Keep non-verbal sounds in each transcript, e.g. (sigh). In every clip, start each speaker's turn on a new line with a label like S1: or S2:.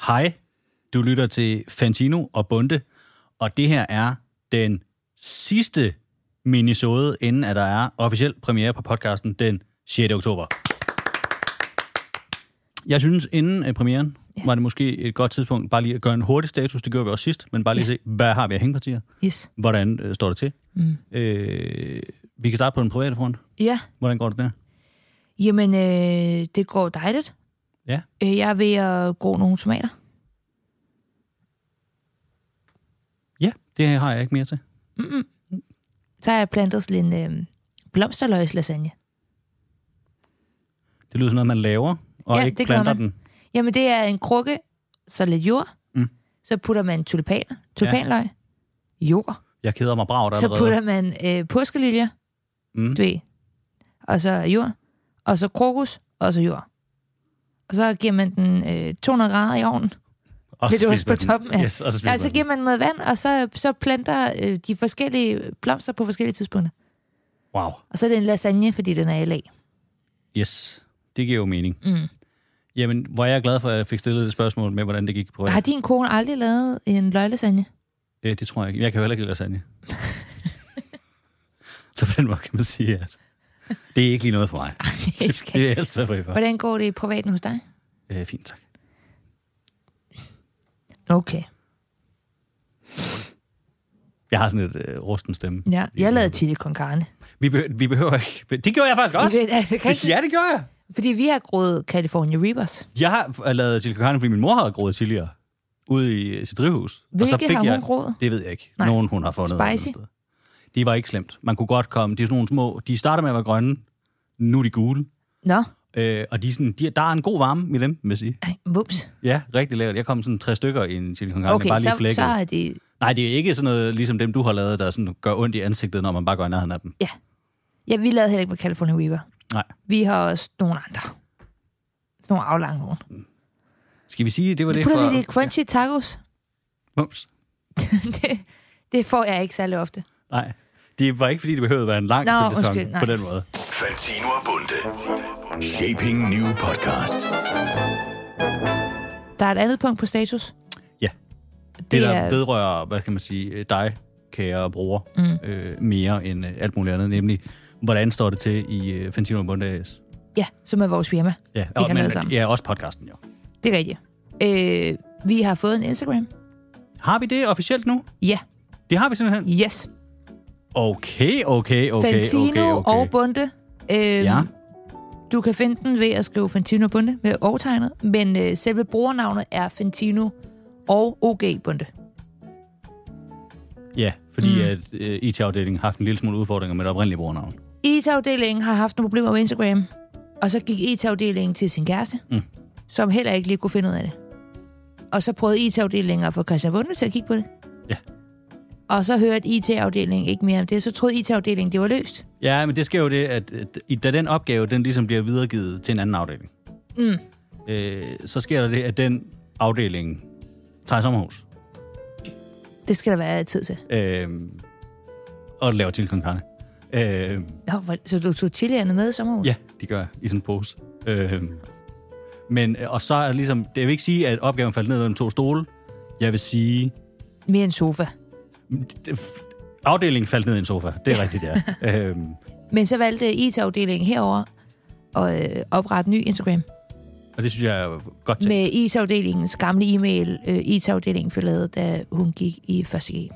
S1: Hej, du lytter til Fantino og Bunde, og det her er den sidste minisode, inden at der er officiel premiere på podcasten den 6. oktober. Jeg synes, inden øh, premieren ja. var det måske et godt tidspunkt bare lige at gøre en hurtig status. Det gjorde vi også sidst, men bare lige ja. se, hvad har vi af hængepartier?
S2: Yes.
S1: Hvordan øh, står det til? Mm. Øh, vi kan starte på den private front.
S2: Ja,
S1: Hvordan går det der?
S2: jamen, øh, det går dejligt.
S1: Ja.
S2: Øh, jeg er ved at gro nogle tomater.
S1: Ja, det har jeg ikke mere til.
S2: Så har jeg plantet sådan en øh, blomsterløgslasagne.
S1: Det lyder som noget, man laver, og
S2: Ja,
S1: ikke
S2: det gør
S1: planter
S2: man.
S1: den.
S2: Jamen, det er en krukke, så lidt jord.
S1: Mm.
S2: Så putter man tulipaner, tulipanløg, jord.
S1: Jeg keder mig bravt
S2: Så
S1: allerede.
S2: putter man øh, påskeliljer,
S1: Mm.
S2: du ved, og så jord, og så krokus, og så jord. Og så giver man den øh, 200 grader i ovnen.
S1: Og
S2: Lidt
S1: spiser
S2: ost på
S1: man den.
S2: toppen, ja. Altså,
S1: Yes, og så spiser
S2: Ja, så
S1: man
S2: giver man noget vand, og så, så planter øh, de forskellige blomster på forskellige tidspunkter.
S1: den. Wow.
S2: Og så er det en lasagne, fordi den er i lag.
S1: Yes, det giver jo mening.
S2: Mm.
S1: Jamen, hvor er jeg glad for, at jeg fik stillet et spørgsmål med, hvordan det gik på
S2: Har din kone aldrig lavet en løglasagne?
S1: øh, Det tror jeg ikke. Jeg kan jo heller ikke lide
S2: (laughs)
S1: lasagne. så på den måde kan man sige, at det er ikke lige noget for mig.
S2: Det skal
S1: Det er helst hvad for I for.
S2: Hvordan går det i privaten hos dig?
S1: Øh, fint, tak.
S2: Okay.
S1: Jeg har sådan et øh, rusten stemme.
S2: Ja, jeg lavede chili con carne.
S1: Vi, behøver, vi behøver ikke... Det gjorde jeg faktisk også!
S2: (laughs) Det- det kan ikke-
S1: Ja, det gjorde jeg!
S2: Fordi vi har groet California Reapers.
S1: Jeg har lavet chili con carne, fordi min mor havde groet tidligere ude i sit drivhus. og så
S2: Hvilke
S1: fik
S2: har hun
S1: jeg,
S2: groet?
S1: Det ved jeg ikke.
S2: Nej.
S1: Nej. Nogen hun har fundet. et eller andet
S2: Spicy?
S1: sted. Det var ikke slemt. Man kunne godt komme. De er sådan nogle små... De starter med at være grønne. Nu er de gule.
S2: Nå,
S1: Øh, og de er sådan, de, der er en god varme i dem, vil jeg sige.
S2: Ej, vums.
S1: Ja, rigtig lækkert. Jeg kom sådan tre stykker i en chili con carne.
S2: Okay,
S1: bare lige
S2: så,
S1: flækket.
S2: så er det...
S1: Nej, det er ikke sådan noget, ligesom dem, du har lavet, der sådan gør ondt i ansigtet, når man bare går i nærheden af dem.
S2: Ja, vi lavede heller ikke med California Reaper.
S1: Nej.
S2: Vi har også nogle andre. Sådan nogle aflange nogen.
S1: Skal vi sige, det var
S2: Vi
S1: det
S2: putter lidt i
S1: for...
S2: crunchy tacos. (laughs)
S1: Mums.
S2: det, det får jeg ikke særlig ofte.
S1: Nej, det var ikke, fordi det behøvede at være en lang
S2: Nå,
S1: følgetong
S2: undskyld, nej.
S1: på den måde.
S3: Fantino og Bunde. Shaping New Podcast.
S2: Der er et andet punkt på status.
S1: Ja.
S2: Det,
S1: det, der
S2: er,
S1: vedrører, hvad kan man sige, øh, dig, kære bruger, mm. øh, mere end øh, alt muligt andet, nemlig, hvordan står det til i øh, Fantino Bundes?
S2: ja, som er vores firma.
S1: Ja,
S2: har
S1: men,
S2: lavet sammen.
S1: ja, også podcasten jo.
S2: Det er rigtigt. Øh, vi har fået en Instagram.
S1: Har vi det officielt nu?
S2: Ja,
S1: Det har vi simpelthen.
S2: yes.
S1: Okay, okay, okay,
S2: Fantino
S1: okay, okay.
S2: og Bunde. Øh,
S1: Ja,
S2: Du kan finde den ved at skrive Fantino Bunde med overtegnet, men øh, selve brugernavnet er Fantino og OG Bunde.
S1: ja fordi mm. at øh, IT-afdelingen har haft en lille smule udfordringer med det oprindelige brugernavn.
S2: IT-afdelingen har haft nogle problemer med Instagram, og så gik IT-afdelingen til sin kæreste, mm. som heller ikke lige kunne finde ud af det. Og så prøvede IT-afdelingen at få Christian Bunde til at kigge på det.
S1: Ja.
S2: Og så hørte IT-afdelingen ikke mere om det, så troede IT-afdelingen, det var løst.
S1: Ja, men det sker jo det, at, at i- da den opgave, den ligesom bliver videregivet til en anden afdeling, mm. øh, så sker der det, at den afdeling tager i sommerhus.
S2: Det skal der være tid til.
S1: øh, og laver chili con carne. Øh,
S2: Nå, hvor- så du tog chilierne med i sommerhus?
S1: ja, de gør jeg i sådan en pose. Øh, men, øh, og så er det ligesom, det vil ikke sige, at opgaven faldt ned mellem to stole. Jeg vil sige,
S2: Mere en sofa.
S1: det- f- afdelingen faldt ned i en sofa. Det er rigtigt, ja. øh,
S2: Men så valgte IT-afdelingen herover at øh, oprette ny Instagram
S1: og det synes jeg er godt til.
S2: med IT-afdelingens gamle e-mail, øh, IT-afdelingen forlade, da hun gik i 1. G.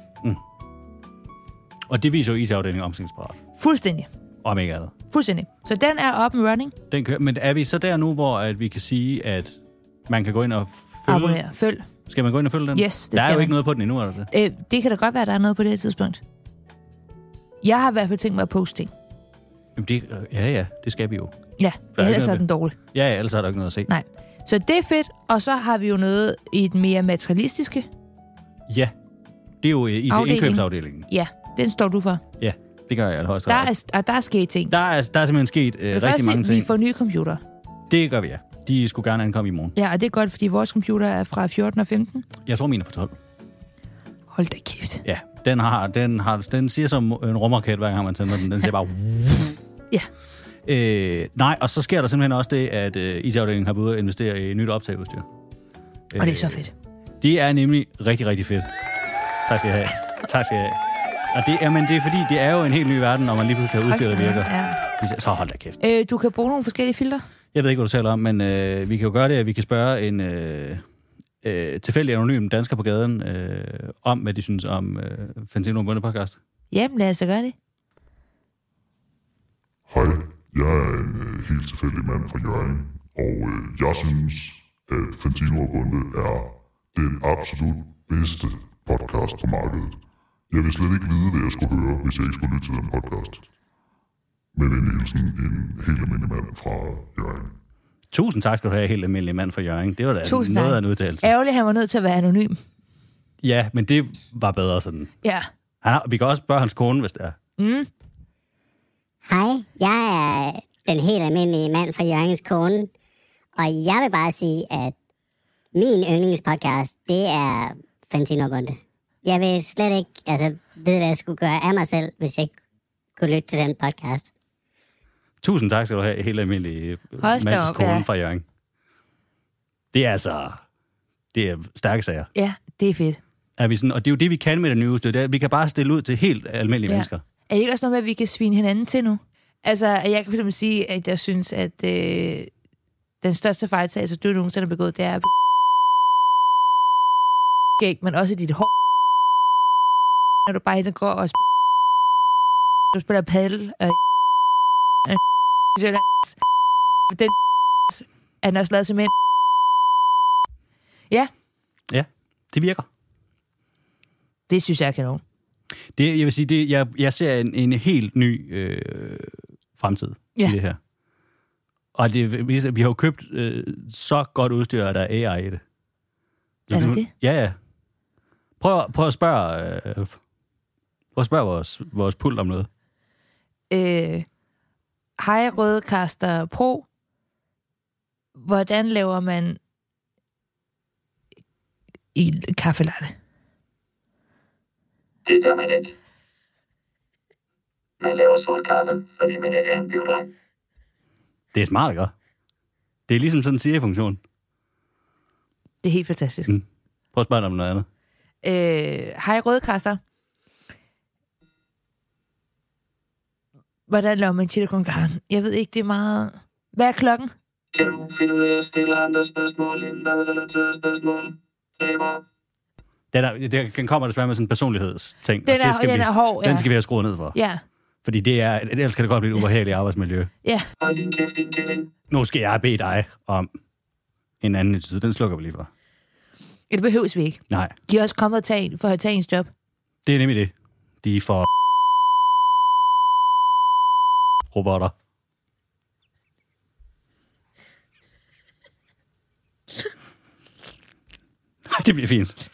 S1: Og det viser jo IT-afdelingen omstillingsparat,
S2: Fuldstændig.
S1: om ikke andet.
S2: Fuldstændig. Så den er up and running.
S1: Den kører, men er vi så der nu, hvor at vi kan sige, at man kan gå ind og følge?
S2: Abonner. Følg.
S1: Skal man gå ind og følge den?
S2: Yes, det
S1: Der er
S2: skal
S1: jo
S2: man.
S1: ikke noget på den endnu, er der det?
S2: Øh, det kan da godt være, at der er noget på det her tidspunkt. Jeg har i hvert fald tænkt mig at poste ting.
S1: Jamen det, øh, ja, ja, det skal vi jo.
S2: Ja,
S1: Der er ikke
S2: ellers er
S1: noget
S2: den dårlig.
S1: Ja, ja, ellers er der ikke noget at se.
S2: Nej. Så det er fedt, og så har vi jo noget i den mere materialistiske.
S1: Ja, det er jo øh,
S2: Afdeling.
S1: IT-indkøbsafdelingen.
S2: Ja, den står du for.
S1: Ja, det gør jeg i allerhøjeste
S2: Der
S1: grad.
S2: er, og der er sket ting.
S1: Der er, der er simpelthen sket øh,
S2: Det
S1: rigtig
S2: første,
S1: mange ting.
S2: vi får nye computer.
S1: Det gør vi, ja. De skulle gerne ankomme i morgen.
S2: Ja, og det er godt, fordi vores computer er fra 14 og 15.
S1: Jeg tror, mine er på 12.
S2: Hold da kæft.
S1: Ja, den, har, den, har, den siger som øh, en rumraket, hver gang man tænder den. Den siger bare...
S2: Ja.
S1: Øh, nej, og så sker der simpelthen også det, at øh, IT-afdelingen har været ude og investere i nyt optageudstyr.
S2: Og det er så fedt.
S1: Det er nemlig rigtig, rigtig fedt. Tak skal jeg have. Tak skal jeg have. Og det, jamen, det er fordi, det er jo en helt ny verden, når man lige pludselig har udstyr, der
S2: Hold da
S1: virker.
S2: op, ja.
S1: Så hold da kæft.
S2: Øh, du kan bruge nogle forskellige filtre.
S1: Jeg ved ikke, hvad du taler om, men øh, vi kan jo gøre det, at vi kan spørge en øh, øh, tilfældig anonym dansker på gaden øh, om, hvad de synes om øh, Fantino Bunde podcast.
S2: Jamen, lad os da gøre det.
S4: Hej, jeg er en øh, helt tilfældig mand fra Jørgen, og øh, jeg synes, at Fantino og Bunde er den absolut bedste podcast på markedet. Jeg vil slet ikke vide, hvad jeg skulle høre, hvis jeg ikke skulle lytte til den podcast. Med venlig hilsen, en helt almindelig mand fra Jørgen.
S1: Tusind tak skal du have, helt almindelig mand fra Jørgen. Det var da
S2: Tusind
S1: noget
S2: tak.
S1: af en udtalelse.
S2: Ærgerligt, han var nødt til at være anonym.
S1: Ja, men det var bedre sådan.
S2: Ja.
S1: Han har, vi kan også spørge hans kone, hvis det er.
S5: Hej, jeg er den helt almindelige mand fra Jørgens Kone, og jeg vil bare sige, at min yndlingspodcast, det er Fantino Bunde. Jeg vil slet ikke, altså, vide, hvad jeg skulle gøre af mig selv, hvis jeg ikke kunne lytte til den podcast.
S1: Tusind tak skal du have, helt almindelig
S2: Hold da
S1: mands
S2: op,
S1: kone
S2: ja.
S1: fra Jørgen. Det er altså... Det er stærke sager.
S2: Ja, det er fedt.
S1: Er vi sådan, og det er jo det, vi kan med det nye udstyr. Det er, at vi kan bare stille ud til helt almindelige ja. mennesker.
S2: Er det ikke også noget med, at vi kan svine hinanden til nu? Altså, at jeg kan simpelthen sige, at jeg synes, at øh, den største fejltagelse, du nogensinde har begået, det er at skæg, men også dit hår. Når du bare hele tiden går og spiller, du spiller paddel, og den er den også lavet til mænd. Ja,
S1: Ja, det virker.
S2: det synes jeg er kanon.
S1: Det, jeg vil sige, det, jeg, jeg ser en, en helt ny øh, fremtid ja.
S2: Ja.
S1: i det her. Og det, viser- vi har jo købt øh, så godt udstyr, at der er AI i det.
S2: Er der det?
S1: Ja, ja. Prøv, prøv at spørge... Øh, prøv at spørge vores, vores pult om noget.
S2: øh, Hej Rødkaster Pro, hvordan laver man i kaffe latte?
S6: Det gør man ikke. Man laver sort kaffe, fordi man ikke er en biolog.
S1: Det er smart, ikke? Det er ligesom sådan en Siri-funktion.
S2: Det er helt fantastisk.
S1: Mm. Prøv at spørge dig om noget andet.
S2: Øh, Hej Rødkaster, hvordan laver man chili con carne? Jeg ved ikke, det er meget... Hvad er klokken?
S6: Kan du finde ud af at stille andre spørgsmål end madrelaterede spørgsmål? Taber.
S1: Den, er, det- den kommer desværre med sådan en personlighedsting. og
S2: Den er-
S1: det skal
S2: den
S1: vi,
S2: er hård, ja.
S1: Den skal vi have skruet ned for. Ja.
S2: Ja,
S1: Fordi det er, ellers kan det godt blive et ubehageligt arbejdsmiljø.
S2: ja.
S6: Hold din kæft, din killing.
S1: Nu skal jeg bede dig om en anden episode. Den slukker vi lige for.
S2: Det behøves vi ikke.
S1: Nej,
S2: De er også kommet og tage, for at tage ens job.
S1: det er nemlig det. De er for robotter. Ej, det bliver fint.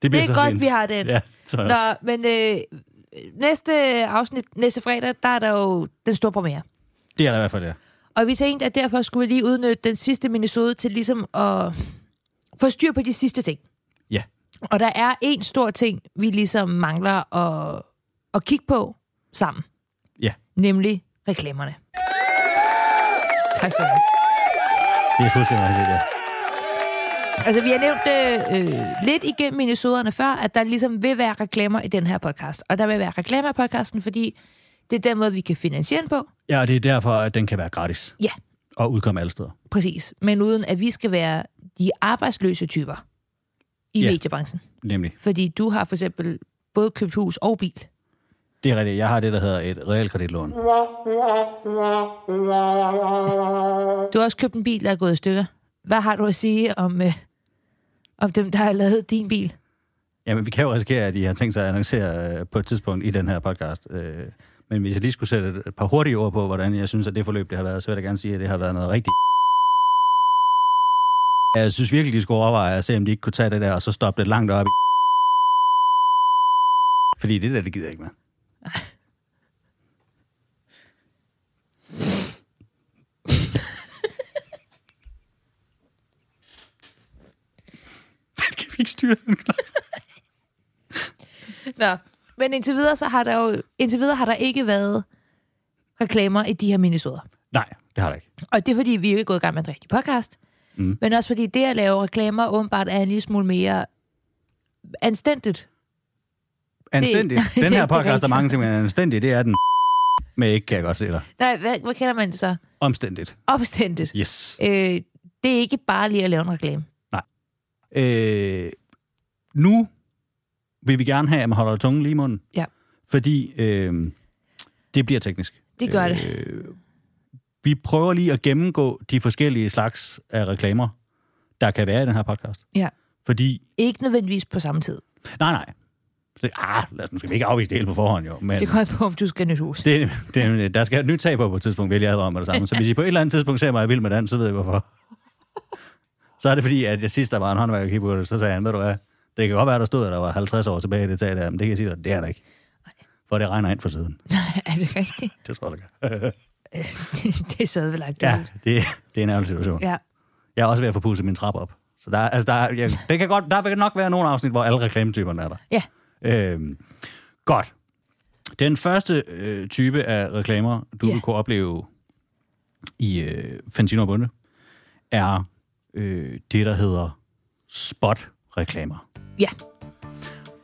S1: bliver
S2: Det er
S1: så
S2: godt,
S1: fint.
S2: vi har den.
S1: Ja, det tror jeg også.
S2: Nå, men øh, næste afsnit, næste fredag, der er der jo den store premiere.
S1: Det er der i hvert fald, ja.
S2: Og vi tænkte, at derfor skulle vi lige udnytte den sidste minisode til ligesom at få styr på de sidste ting.
S1: Ja,
S2: Og der er en stor ting, vi ligesom mangler at, at kigge på sammen,
S1: ja.
S2: nemlig reklamerne. Tak skal du have.
S1: Det er fuldstændig rigtigt, ja.
S2: Altså, vi har nævnt øh, øh, lidt igennem minisoderne før, at der ligesom vil være reklamer i den her podcast. Og der vil være reklamer i podcasten, fordi det er den måde, vi kan finansiere den på.
S1: Ja, og det er derfor, at den kan være gratis
S2: Ja,
S1: og udkomme alle steder.
S2: Præcis. Men uden at vi skal være de arbejdsløse typer i
S1: Ja.
S2: ja. mediebranchen.
S1: Nemlig.
S2: Fordi du har for eksempel både købt hus og bil.
S1: Det er rigtigt. Jeg har det, der hedder et realkreditlån.
S2: Du har også købt en bil, der er gået i stykker. Hvad har du at sige om, øh, om dem, der har lavet din bil?
S1: Jamen, vi kan jo risikere, at I har tænkt sig at annoncere øh, på et tidspunkt i den her podcast. Øh, men hvis jeg lige skulle sætte et- et par hurtige ord på, hvordan jeg synes, at det forløb, det har været, så vil jeg da gerne sige, at det har været noget rigtigt. Jeg synes virkelig, de skulle overveje at se, om de ikke kunne tage det der, og så stoppe det langt op i. Fordi det der, det gider jeg ikke med. (laughs) kan vi ikke styre den knap?
S2: Nå. Men indtil videre, så har der jo, indtil videre har der ikke været reklamer i de her minisoder.
S1: Nej, det har det ikke.
S2: Og det er, fordi vi ikke er gået i gang med en rigtig podcast. Mm. Men også fordi det at lave reklamer åbenbart er en lille smule mere anstændigt.
S1: Anstændig.
S2: Det- (laughs) det er
S1: Den her
S2: ikke
S1: podcast er
S2: rigtigt.
S1: mange ting, men anstændig, det er den (laughs) med ikke, kan jeg godt se dig.
S2: Nej, hvad, hvad kalder man det så?
S1: Omstændigt.
S2: Opstændigt.
S1: Yes.
S2: Øh, det er ikke bare lige at lave en reklame.
S1: Øh, nu vil vi gerne have, at man holder tungen lige i munden.
S2: Ja.
S1: Fordi øh, det bliver teknisk.
S2: Det gør det.
S1: Øh, vi prøver lige at gennemgå de forskellige slags af reklamer, der kan være i den her podcast.
S2: Ja.
S1: Fordi,
S2: Ikke nødvendigvis på samme tid.
S1: nej nej, det, ah, lad os, nu skal vi ikke afvise det hele på forhånd jo. Men,
S2: Det kommer på, om du skal have nyt hus.
S1: det, det, er nemlig- der skal et nyt tag på på et tidspunkt, vil jeg advare mig det samme. Så hvis I på et eller andet tidspunkt ser mig vild med dans, så ved jeg hvorfor. Så er det fordi, at jeg sidst der var en håndværker der kiggede på det, så sagde han, ved du hvad, det kan godt være, der stod, at der var 50 år tilbage i det tag der, men det kan jeg sige dig, det er der ikke. For det regner ind for siden.
S2: (laughs) er det rigtigt? (laughs)
S1: Det tror jeg, det gør.
S2: det, det er så ødelagt.
S1: Ja, det, det er en ærgerlig situation.
S2: ja.
S1: Jeg er også ved at få pudset min trappe op. Så der, er- altså der, er- jeg, det kan godt, der vil nok være nogle afsnit, hvor alle reklametyperne er der.
S2: Ja.
S1: Øhm, godt. Den første øh, type af reklamer, du
S2: Ja.
S1: yeah. kunne opleve i øh, Fantino og Bunde, er øh, det, der hedder spot-reklamer.
S2: Ja.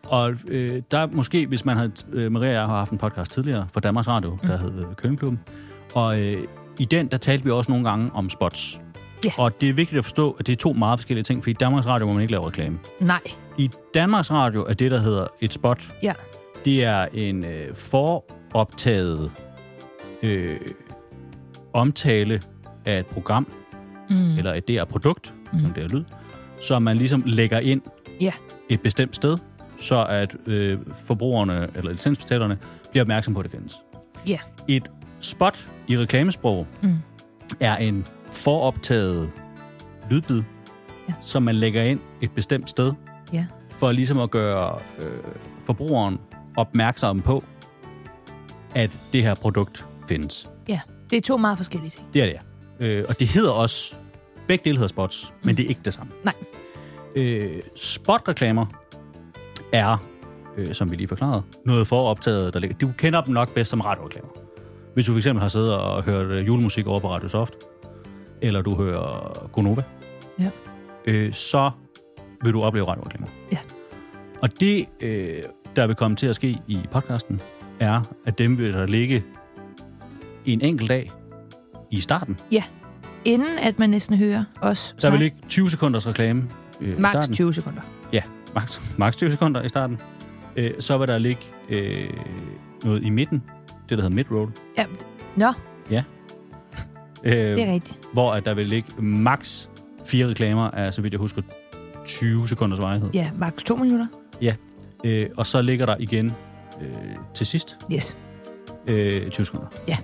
S1: Og øh, der måske, hvis man har, øh, Maria og jeg har haft en podcast tidligere fra Danmarks Radio, mm. der hed øh, Køllingklubben, og øh, i den, der talte vi også nogle gange om spots.
S2: Ja.
S1: Og det er vigtigt at forstå, at det er to meget forskellige ting, fordi i Danmarks Radio må man ikke lave reklame.
S2: Nej.
S1: I Danmarks Radio er det, der hedder et spot,
S2: Ja.
S1: det er en øh, foroptaget øh, omtale af et program, mm. eller et DR-produkt, mm. som det er lyd, som man ligesom lægger ind
S2: Ja.
S1: et bestemt sted, så at øh, forbrugerne eller licensbetalerne bliver opmærksom på, at det findes.
S2: Ja.
S1: Et spot i reklamesprog
S2: Mm.
S1: er en foroptaget lydbid,
S2: Ja.
S1: som man lægger ind et bestemt sted,
S2: Ja.
S1: for ligesom at gøre øh, forbrugeren opmærksom på, at det her produkt findes.
S2: Ja. Det er to meget forskellige ting.
S1: Det er det, ja. Øh, og det hedder også... Begge dele hedder spots, men
S2: Mm.
S1: det er ikke det samme.
S2: Nej.
S1: Øh, spotreklamer er, øh, som vi lige forklarede, noget foroptaget, der ligger... Du kender dem nok bedst som radioreklamer. Hvis du for eksempel har siddet og hørt øh, julemusik over på Radio Soft, eller du hører Gonova,
S2: Ja.
S1: øh, så vil du opleve radioreklamer.
S2: Ja.
S1: Og det, øh, der vil komme til at ske i podcasten, er, at dem vil der ligge en enkelt dag i starten.
S2: Ja. Inden at man næsten hører os
S1: Der vil
S2: snakke.
S1: ligge 20 sekunders reklame øh, i
S2: Max
S1: starten.
S2: 20 sekunder.
S1: Ja, max, max 20 sekunder i starten. Øh, så vil der ligge øh, noget i midten, det der hedder midroll,
S2: Ja. Nå,
S1: øh,
S2: det er
S1: Øhm.
S2: rigtigt.
S1: hvor at der vil ligge max fire reklamer af, så vidt jeg husker, 20 sekunders varighed.
S2: Ja, max to minutter.
S1: Ja. Øh, og så ligger der igen øh, til sidst
S2: Yes.
S1: øh, 20 sekunder.
S2: Ja.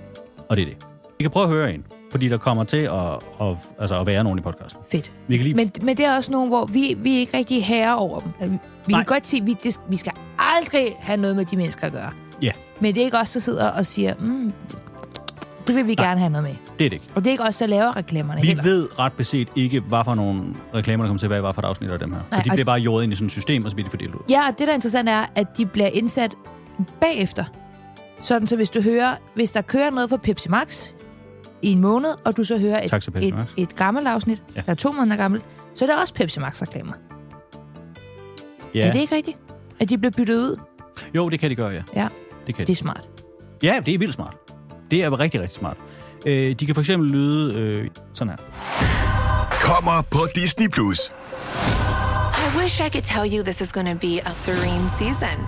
S1: Og det er det. Vi kan prøve at høre en, fordi der kommer til at, at, altså at være nogen i podcasten.
S2: Fedt.
S1: Vi kan lige...
S2: Men, men det er også nogle, hvor vi, vi er ikke rigtig herre over dem. Altså, Vi
S1: Nej.
S2: kan godt sige, vi, det, vi skal aldrig have noget med de mennesker at gøre.
S1: Ja,
S2: Men det er ikke os, der sidder og siger, mm, det vil vi gerne have noget med.
S1: det er det ikke.
S2: Og det er ikke os, der laver reklamerne
S1: Vi
S2: heller.
S1: ved ret beset ikke, hvad for nogle reklamer, der kommer til at være i hvad for et afsnit af dem her. Nej,
S2: Nej,
S1: og de
S2: og-
S1: bliver bare jordet ind i sådan et system, og så bliver de fordelt ud.
S2: Ja, og det, der er interessant, er, at de bliver indsat bagefter. Sådan, så hvis du hører, hvis der kører noget fra Pepsi Max i en måned, og du så hører
S1: Tak til
S2: et,
S1: Pepsi Max.
S2: et, et gammelt afsnit,
S1: Ja.
S2: ja. der er to måneder gammelt, så er det også Pepsi Max-reklamer. Ja.
S1: Ja.
S2: Er det ikke rigtigt? At de bliver byttet ud?
S1: Jo, det kan de gøre, ja.
S2: Ja,
S1: Det kan
S2: det
S1: de.
S2: er smart.
S1: Ja, det er vildt smart. Det er rigtig, rigtig smart. Øh, de kan for eksempel lyde øh, sådan her.
S3: Kommer på Disney+. Plus.
S7: I wish I could tell you this is going to be a serene season.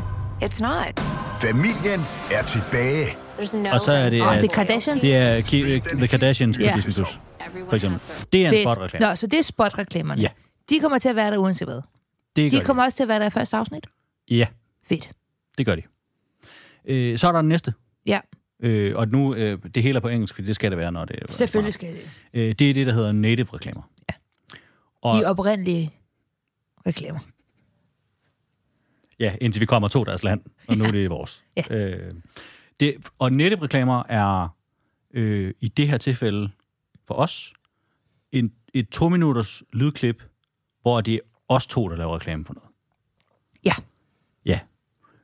S7: It's not.
S3: Familien er tilbage.
S7: There's no.
S1: Og så er det,
S2: Åh,
S1: at-
S2: det er Kardashians.
S1: Det er Ki- øh, The Kardashians på
S2: Ja.
S1: Disney+. Plus, For eksempel. Det er en spotreklame.
S2: Nå, så det er spotreklamerne.
S1: Ja.
S2: De kommer til at være der uanset hvad.
S1: Det gør
S2: De kommer også til at være der i første afsnit.
S1: Ja,
S2: Fedt.
S1: det gør de. Øh, så er der den næste.
S2: Ja,
S1: Øh, og nu, øh, det hele er på engelsk, fordi det skal det være, når det er...
S2: selvfølgelig skal det.
S1: Øh, det er det, der hedder native-reklamer. Og-
S2: De oprindelige reklamer.
S1: Ja, indtil vi kommer to deres land, og nu er det vores.
S2: Ja.
S1: Øh, det, og netreklamer er øh, i det her tilfælde for os en, et to-minutters lydklip, hvor det er os to, der laver reklame for noget.
S2: Ja.
S1: Ja.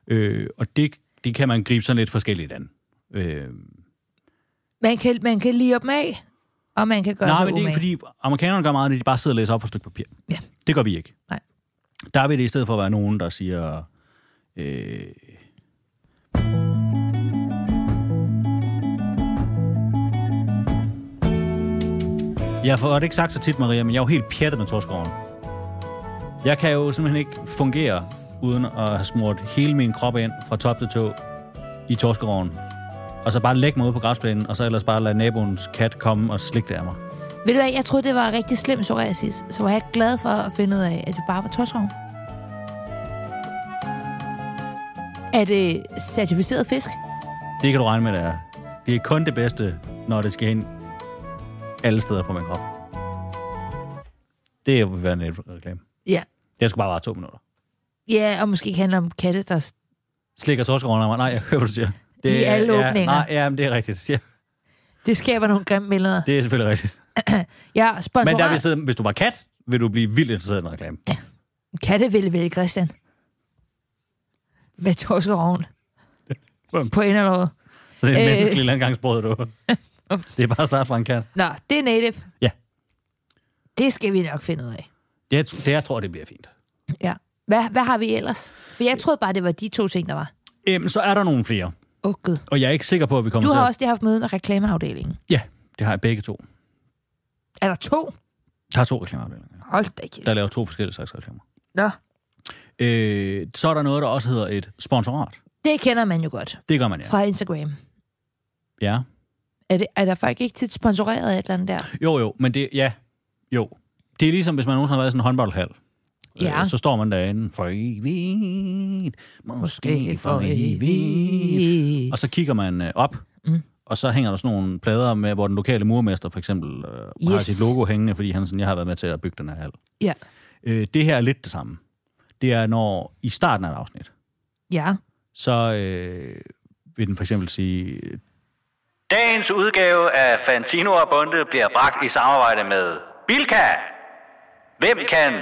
S1: Øh, og det, det kan man gribe sådan lidt forskelligt an. Øh,
S2: Man kan, man kan lige op med, Og man kan gøre
S1: Nej,
S2: sig
S1: men det er ikke,
S2: umage.
S1: fordi amerikanerne gør meget, at de bare sidder og læser op på et stykke papir.
S2: Ja.
S1: Det gør vi ikke.
S2: Nej.
S1: Der vil det i stedet for være nogen, der siger... Øh, jeg får det ikke sagt så tit, Maria, men jeg er jo helt pjattet med torskoven. Jeg kan jo simpelthen ikke fungere, uden at have smurt hele min krop ind fra top til tå i torskeroven. Og så bare lægge mig ud på græsplænen, og så ellers bare lade naboens kat komme og slikke det af mig.
S2: Ved du hvad, jeg troede, det var rigtig slem psoriasis, så var jeg glad for at finde ud af, at det bare var torsrov. Er det certificeret fisk?
S1: Det kan du regne med, det er. Det er kun det bedste, når det skal hen alle steder på min krop. Det vil være en reklame.
S2: Ja.
S1: Det skulle bare være to minutter.
S2: Ja, og måske ikke handler om katte, der... s-
S1: Slikker torskroven af mig. Nej, jeg hører, hvad du siger. Det,
S2: I
S1: er-
S2: alle
S1: ja,
S2: åbninger.
S1: Nej, ja, men det er rigtigt. Ja,
S2: Det skaber nogle grimme billeder.
S1: det er selvfølgelig rigtigt.
S2: Ja,
S1: Men der
S2: sponsorat.
S1: vil sidde, hvis du var kat, vil du blive vildt interesseret i en reklame.
S2: Katte vil vel, Christian. Hvad torskeroven?
S1: Hvem?
S2: På inderlåret.
S1: Så det er et
S2: Øh.
S1: øh. menneskeligt landgangsbrød,
S2: (laughs)
S1: du. det er bare at starte fra en kat.
S2: Nå, det er native.
S1: Ja.
S2: Det skal vi nok finde ud af.
S1: Det, jeg, tr- det, jeg tror, det bliver fint.
S2: Ja. Hvad, hvad har vi ellers? For jeg troede bare, det var de to ting, der var.
S1: Øhm, så er der nogle flere.
S2: Åh, oh, gud.
S1: Og jeg er ikke sikker på, at vi kommer
S2: Du
S1: til
S2: har
S1: at-
S2: også lige haft møde med reklameafdelingen.
S1: Ja, det har jeg begge to.
S2: Er der to?
S1: Jeg har to reklameafdelinger.
S2: Hold da kæft.
S1: Der laver to forskellige slags reklamer.
S2: Nå,
S1: Øh, så er der noget, der også hedder et sponsorat.
S2: det kender man jo godt
S1: Det gør man, ja.
S2: fra Instagram.
S1: ja.
S2: Er, det, er der folk ikke tit sponsoreret af et eller andet der?
S1: Jo, jo, men det, ja, jo. Det er ligesom, hvis man nogensinde har været i sådan en håndboldhal.
S2: Ja.
S1: Øh, så står man derinde for evigt, måske for evigt.
S2: evigt.
S1: Og så kigger man øh, op,
S2: Mm.
S1: mm. og så hænger der sådan nogle plader med, hvor den lokale murmester for eksempel øh, yes. har
S2: Yes.
S1: sit logo hængende, fordi han sådan, jeg har været med til at bygge den her hal.
S2: Ja.
S1: Øh, det her er lidt det samme. Det er, når i starten af et afsnit,
S2: Ja.
S1: så øh, vil den for eksempel sige... Dagens udgave af Fantino og Bunde bliver bragt i samarbejde med Bilka. Hvem kan?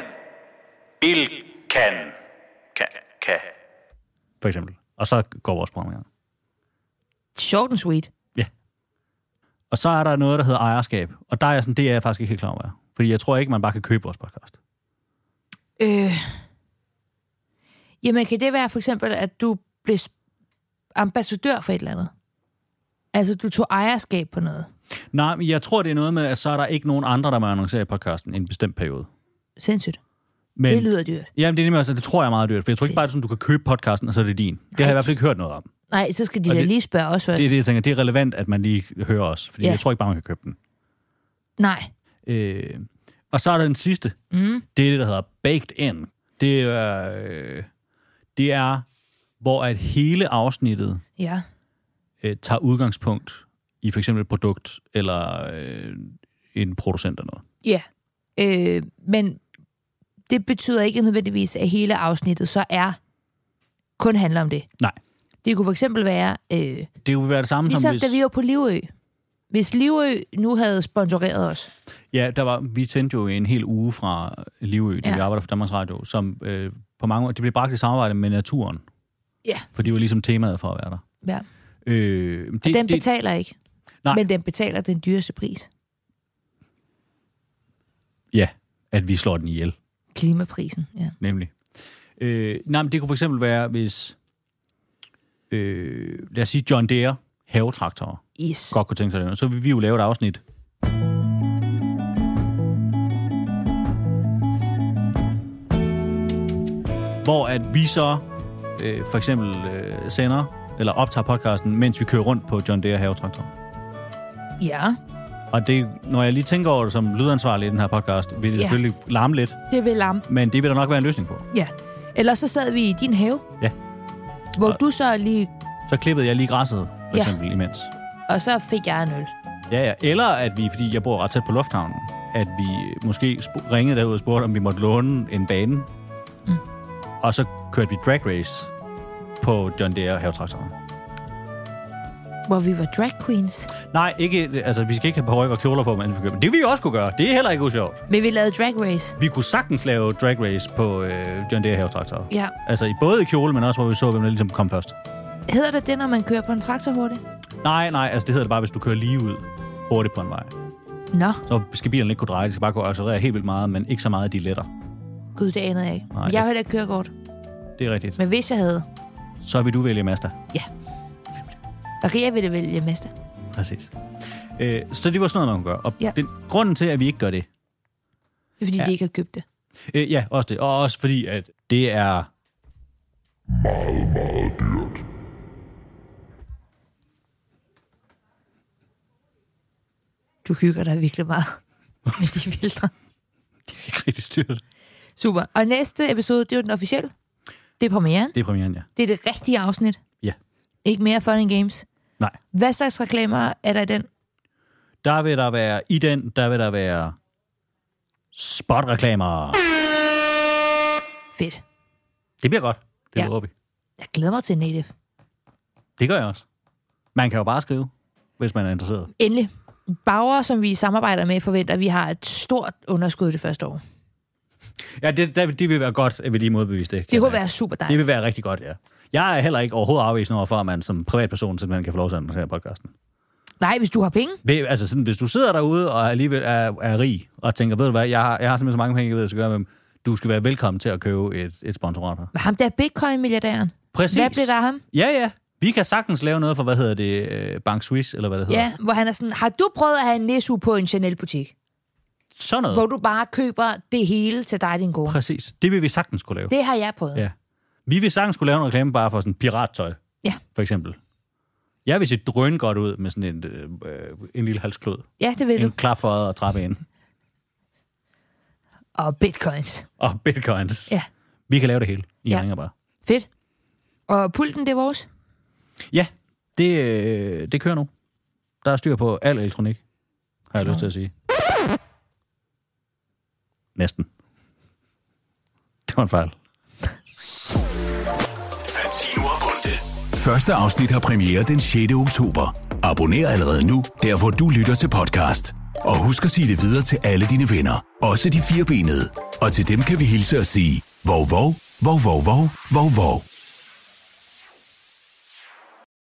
S1: Bilkan. Kan. Kan. For eksempel. Og så går vores program i gang.
S2: Short and sweet.
S1: Og så er der noget, der hedder ejerskab. Og der er jeg sådan, det er jeg faktisk ikke helt klar over. Fordi jeg tror ikke, man bare kan købe vores podcast.
S2: Øh. Jamen, kan det være for eksempel, at du blev sp- ambassadør for et eller andet? Altså, du tog ejerskab på noget.
S1: Nej, men jeg tror, det er noget med, at så er der ikke nogen andre, der må annoncere i podcasten i en bestemt periode.
S2: Sindssygt.
S1: Men,
S2: Det lyder dyrt.
S1: Jamen, det er nemlig også, det tror jeg er meget dyrt, for jeg tror ikke bare, at sådan, du kan købe podcasten, og så er det din. Det har jeg i hvert fald ikke hørt noget om.
S2: Nej, så skal de
S1: Og
S2: da
S1: det-
S2: lige spørge os først.
S1: Det er det, jeg tænker. Det er relevant, at man lige hører os, fordi
S2: Ja.
S1: ja. jeg tror ikke bare, man kan købe den.
S2: Nej.
S1: Øh, og så er der den sidste.
S2: Mhm.
S1: Mm. Det er det, der hedder Baked In. Det er, øh, det er hvor at hele afsnittet
S2: Ja.
S1: øh, tager udgangspunkt i for eksempel et produkt eller øh, en producent eller noget.
S2: Ja. Øh, men det betyder ikke nødvendigvis, at hele afsnittet så er kun handler om det.
S1: Nej,
S2: Det kunne for eksempel være, øh,
S1: det vil være det samme
S2: ligesom
S1: som hvis...
S2: da vi var på Livø. Hvis Livø nu havde sponsoreret os.
S1: Ja, der var, vi sendte jo en hel uge fra Livø, da
S2: Ja.
S1: ja. vi arbejder for Danmarks Radio, som øh, på mange år, det blev bragt i samarbejde med naturen,
S2: Ja.
S1: for det var ligesom temaet for at være der.
S2: ja.
S1: Øh, det,
S2: Den
S1: det,
S2: betaler ikke.
S1: Nej.
S2: Men den betaler den dyreste pris.
S1: Ja, at vi slår den ihjel,
S2: Klimaprisen, ja.
S1: nemlig. Øh, nej, men det kunne for eksempel være, hvis, øh, lad os sige, John Deere, havetraktorer,
S2: Yes.
S1: godt kunne tænke sig det. Så vil vi jo lave et afsnit. Hvor at vi så øh, for eksempel øh, sender eller optager podcasten, mens vi kører rundt på John Deere havetraktorer.
S2: Ja,
S1: Og det, når jeg lige tænker over det som lydansvarlig i den her podcast, vil det
S2: Ja.
S1: ja. selvfølgelig larme lidt,
S2: det vil lam.
S1: men det vil der nok være en løsning på.
S2: Ja. Ellers så sad vi i din have.
S1: Ja.
S2: Hvor
S1: Og-
S2: du så lige...
S1: Så klippede jeg lige græsset, for
S2: Ja.
S1: ja. eksempel, imens.
S2: Og så fik jeg en øl.
S1: Ja, ja. Eller at vi, fordi jeg bor ret tæt på lufthavnen, at vi måske sp- ringede derud og spurgte, om vi måtte låne en bane. Mm. Og så kørte vi drag race på John Deere havetraktoren.
S2: Hvor vi var drag queens.
S1: Nej, ikke, altså, vi skal ikke have behøver og kjoler på, men vi kan- men det vil vi også kunne gøre. Det er heller ikke usjovt.
S2: Men vi lavede drag race.
S1: Vi kunne sagtens lave drag race på øh, John Deere havetraktoren.
S2: Ja.
S1: Altså i både i kjole, men også hvor vi så, hvem der ligesom kom først.
S2: Hedder det det, når man kører på en traktor hurtigt?
S1: Nej, nej, altså det hedder det bare, hvis du kører lige ud hurtigt på en vej.
S2: Nå,
S1: Så skal bilerne ikke kunne dreje, de skal bare kunne accelerere helt vildt meget, men ikke så meget, at de letter.
S2: gud, det anede jeg ikke.
S1: Nej,
S2: Nej, jeg har heller ikke kørekort.
S1: Det er rigtigt.
S2: Men hvis jeg havde,
S1: Så vil du vælge Mazda.
S2: ja. Der kan jeg ville vælge mester.
S1: Præcis. Øh, så det var sådan noget, man kunne gøre. Og ja.
S2: Ja.
S1: den, grunden til, at vi ikke gør det,
S2: Det er fordi, ja. de ikke har købt det.
S1: øh, ja, også det, og også fordi, at det er (laughs)
S4: Meget, meget dyrt.
S2: Du hygger dig virkelig meget (laughs) med de filtre.
S1: ikke rigtig styrt.
S2: Super. Og næste episode, det er jo den officielle. Det er premieren.
S1: Det er premieren, ja.
S2: Det er det rigtige afsnit.
S1: Ja.
S2: Ikke mere Fun and Games.
S1: Nej.
S2: Hvad slags reklamer er der i den?
S1: Der vil der være, i den, der vil der være spotreklamer.
S2: Fedt.
S1: Det bliver godt. Det
S2: Ja.
S1: lover vi.
S2: Jeg glæder mig til Native.
S1: Det gør jeg også. Man kan jo bare skrive, hvis man er interesseret.
S2: Endelig. Bauer, som vi samarbejder med, forventer, at vi har et stort underskud det første år.
S1: Ja, det, det, det vil være godt, at vi lige modbeviser det. kan
S2: Det
S1: jeg
S2: kunne
S1: mærke.
S2: være super
S1: Det
S2: dejligt.
S1: vil være rigtig godt, ja. Jeg er heller ikke overhovedet afvisende over for, at man som privatperson simpelthen kan få lov til at annoncere podcasten.
S2: Nej, hvis du har penge.
S1: Det, altså sådan, hvis du sidder derude og alligevel er, er rig og tænker, ved du hvad, jeg har, jeg har simpelthen så mange penge, jeg ved, at jeg skal gøre med dem. Du skal være velkommen til at købe et, et sponsorat her.
S2: Ham der bitcoin-milliardæren.
S1: Præcis.
S2: Hvad blev der af ham?
S1: Ja, ja. Vi kan sagtens lave noget for, hvad hedder det, øh, Bank Swiss, eller hvad det hedder.
S2: Ja, hvor han er sådan, har du prøvet at have en næsu på en Chanel-butik?
S1: Sådan noget.
S2: Hvor du bare køber det hele til dig, din kone.
S1: Præcis. Det vil vi sagtens kunne lave.
S2: Det har jeg prøvet.
S1: Ja. Vi vil sagtens kunne lave en reklame bare for sådan pirattøj.
S2: Ja.
S1: For eksempel. Jeg vil se drøn godt ud med sådan en, øh, øh, en lille halsklod.
S2: Ja, det vil du.
S1: En klapføjet og trappe ind.
S2: Og bitcoins.
S1: Og bitcoins.
S2: Ja.
S1: Vi kan lave det hele. I ja.
S2: Ja.
S1: ringer bare.
S2: Fedt. Og pulten, det er vores?
S1: Ja, det, øh, det kører nu. Der er styr på al elektronik, har jeg lyst til at sige. Næsten. (laughs) Det var en fejl.
S3: Fantino og Bunde. Første afsnit har premiere den 6. oktober. Abonner allerede nu, der hvor du lytter til podcast. Og husk at sige det videre til alle dine venner, også de firebenede. Og til dem kan vi hilse og sige, vov vov, vov vov vov, vov vov.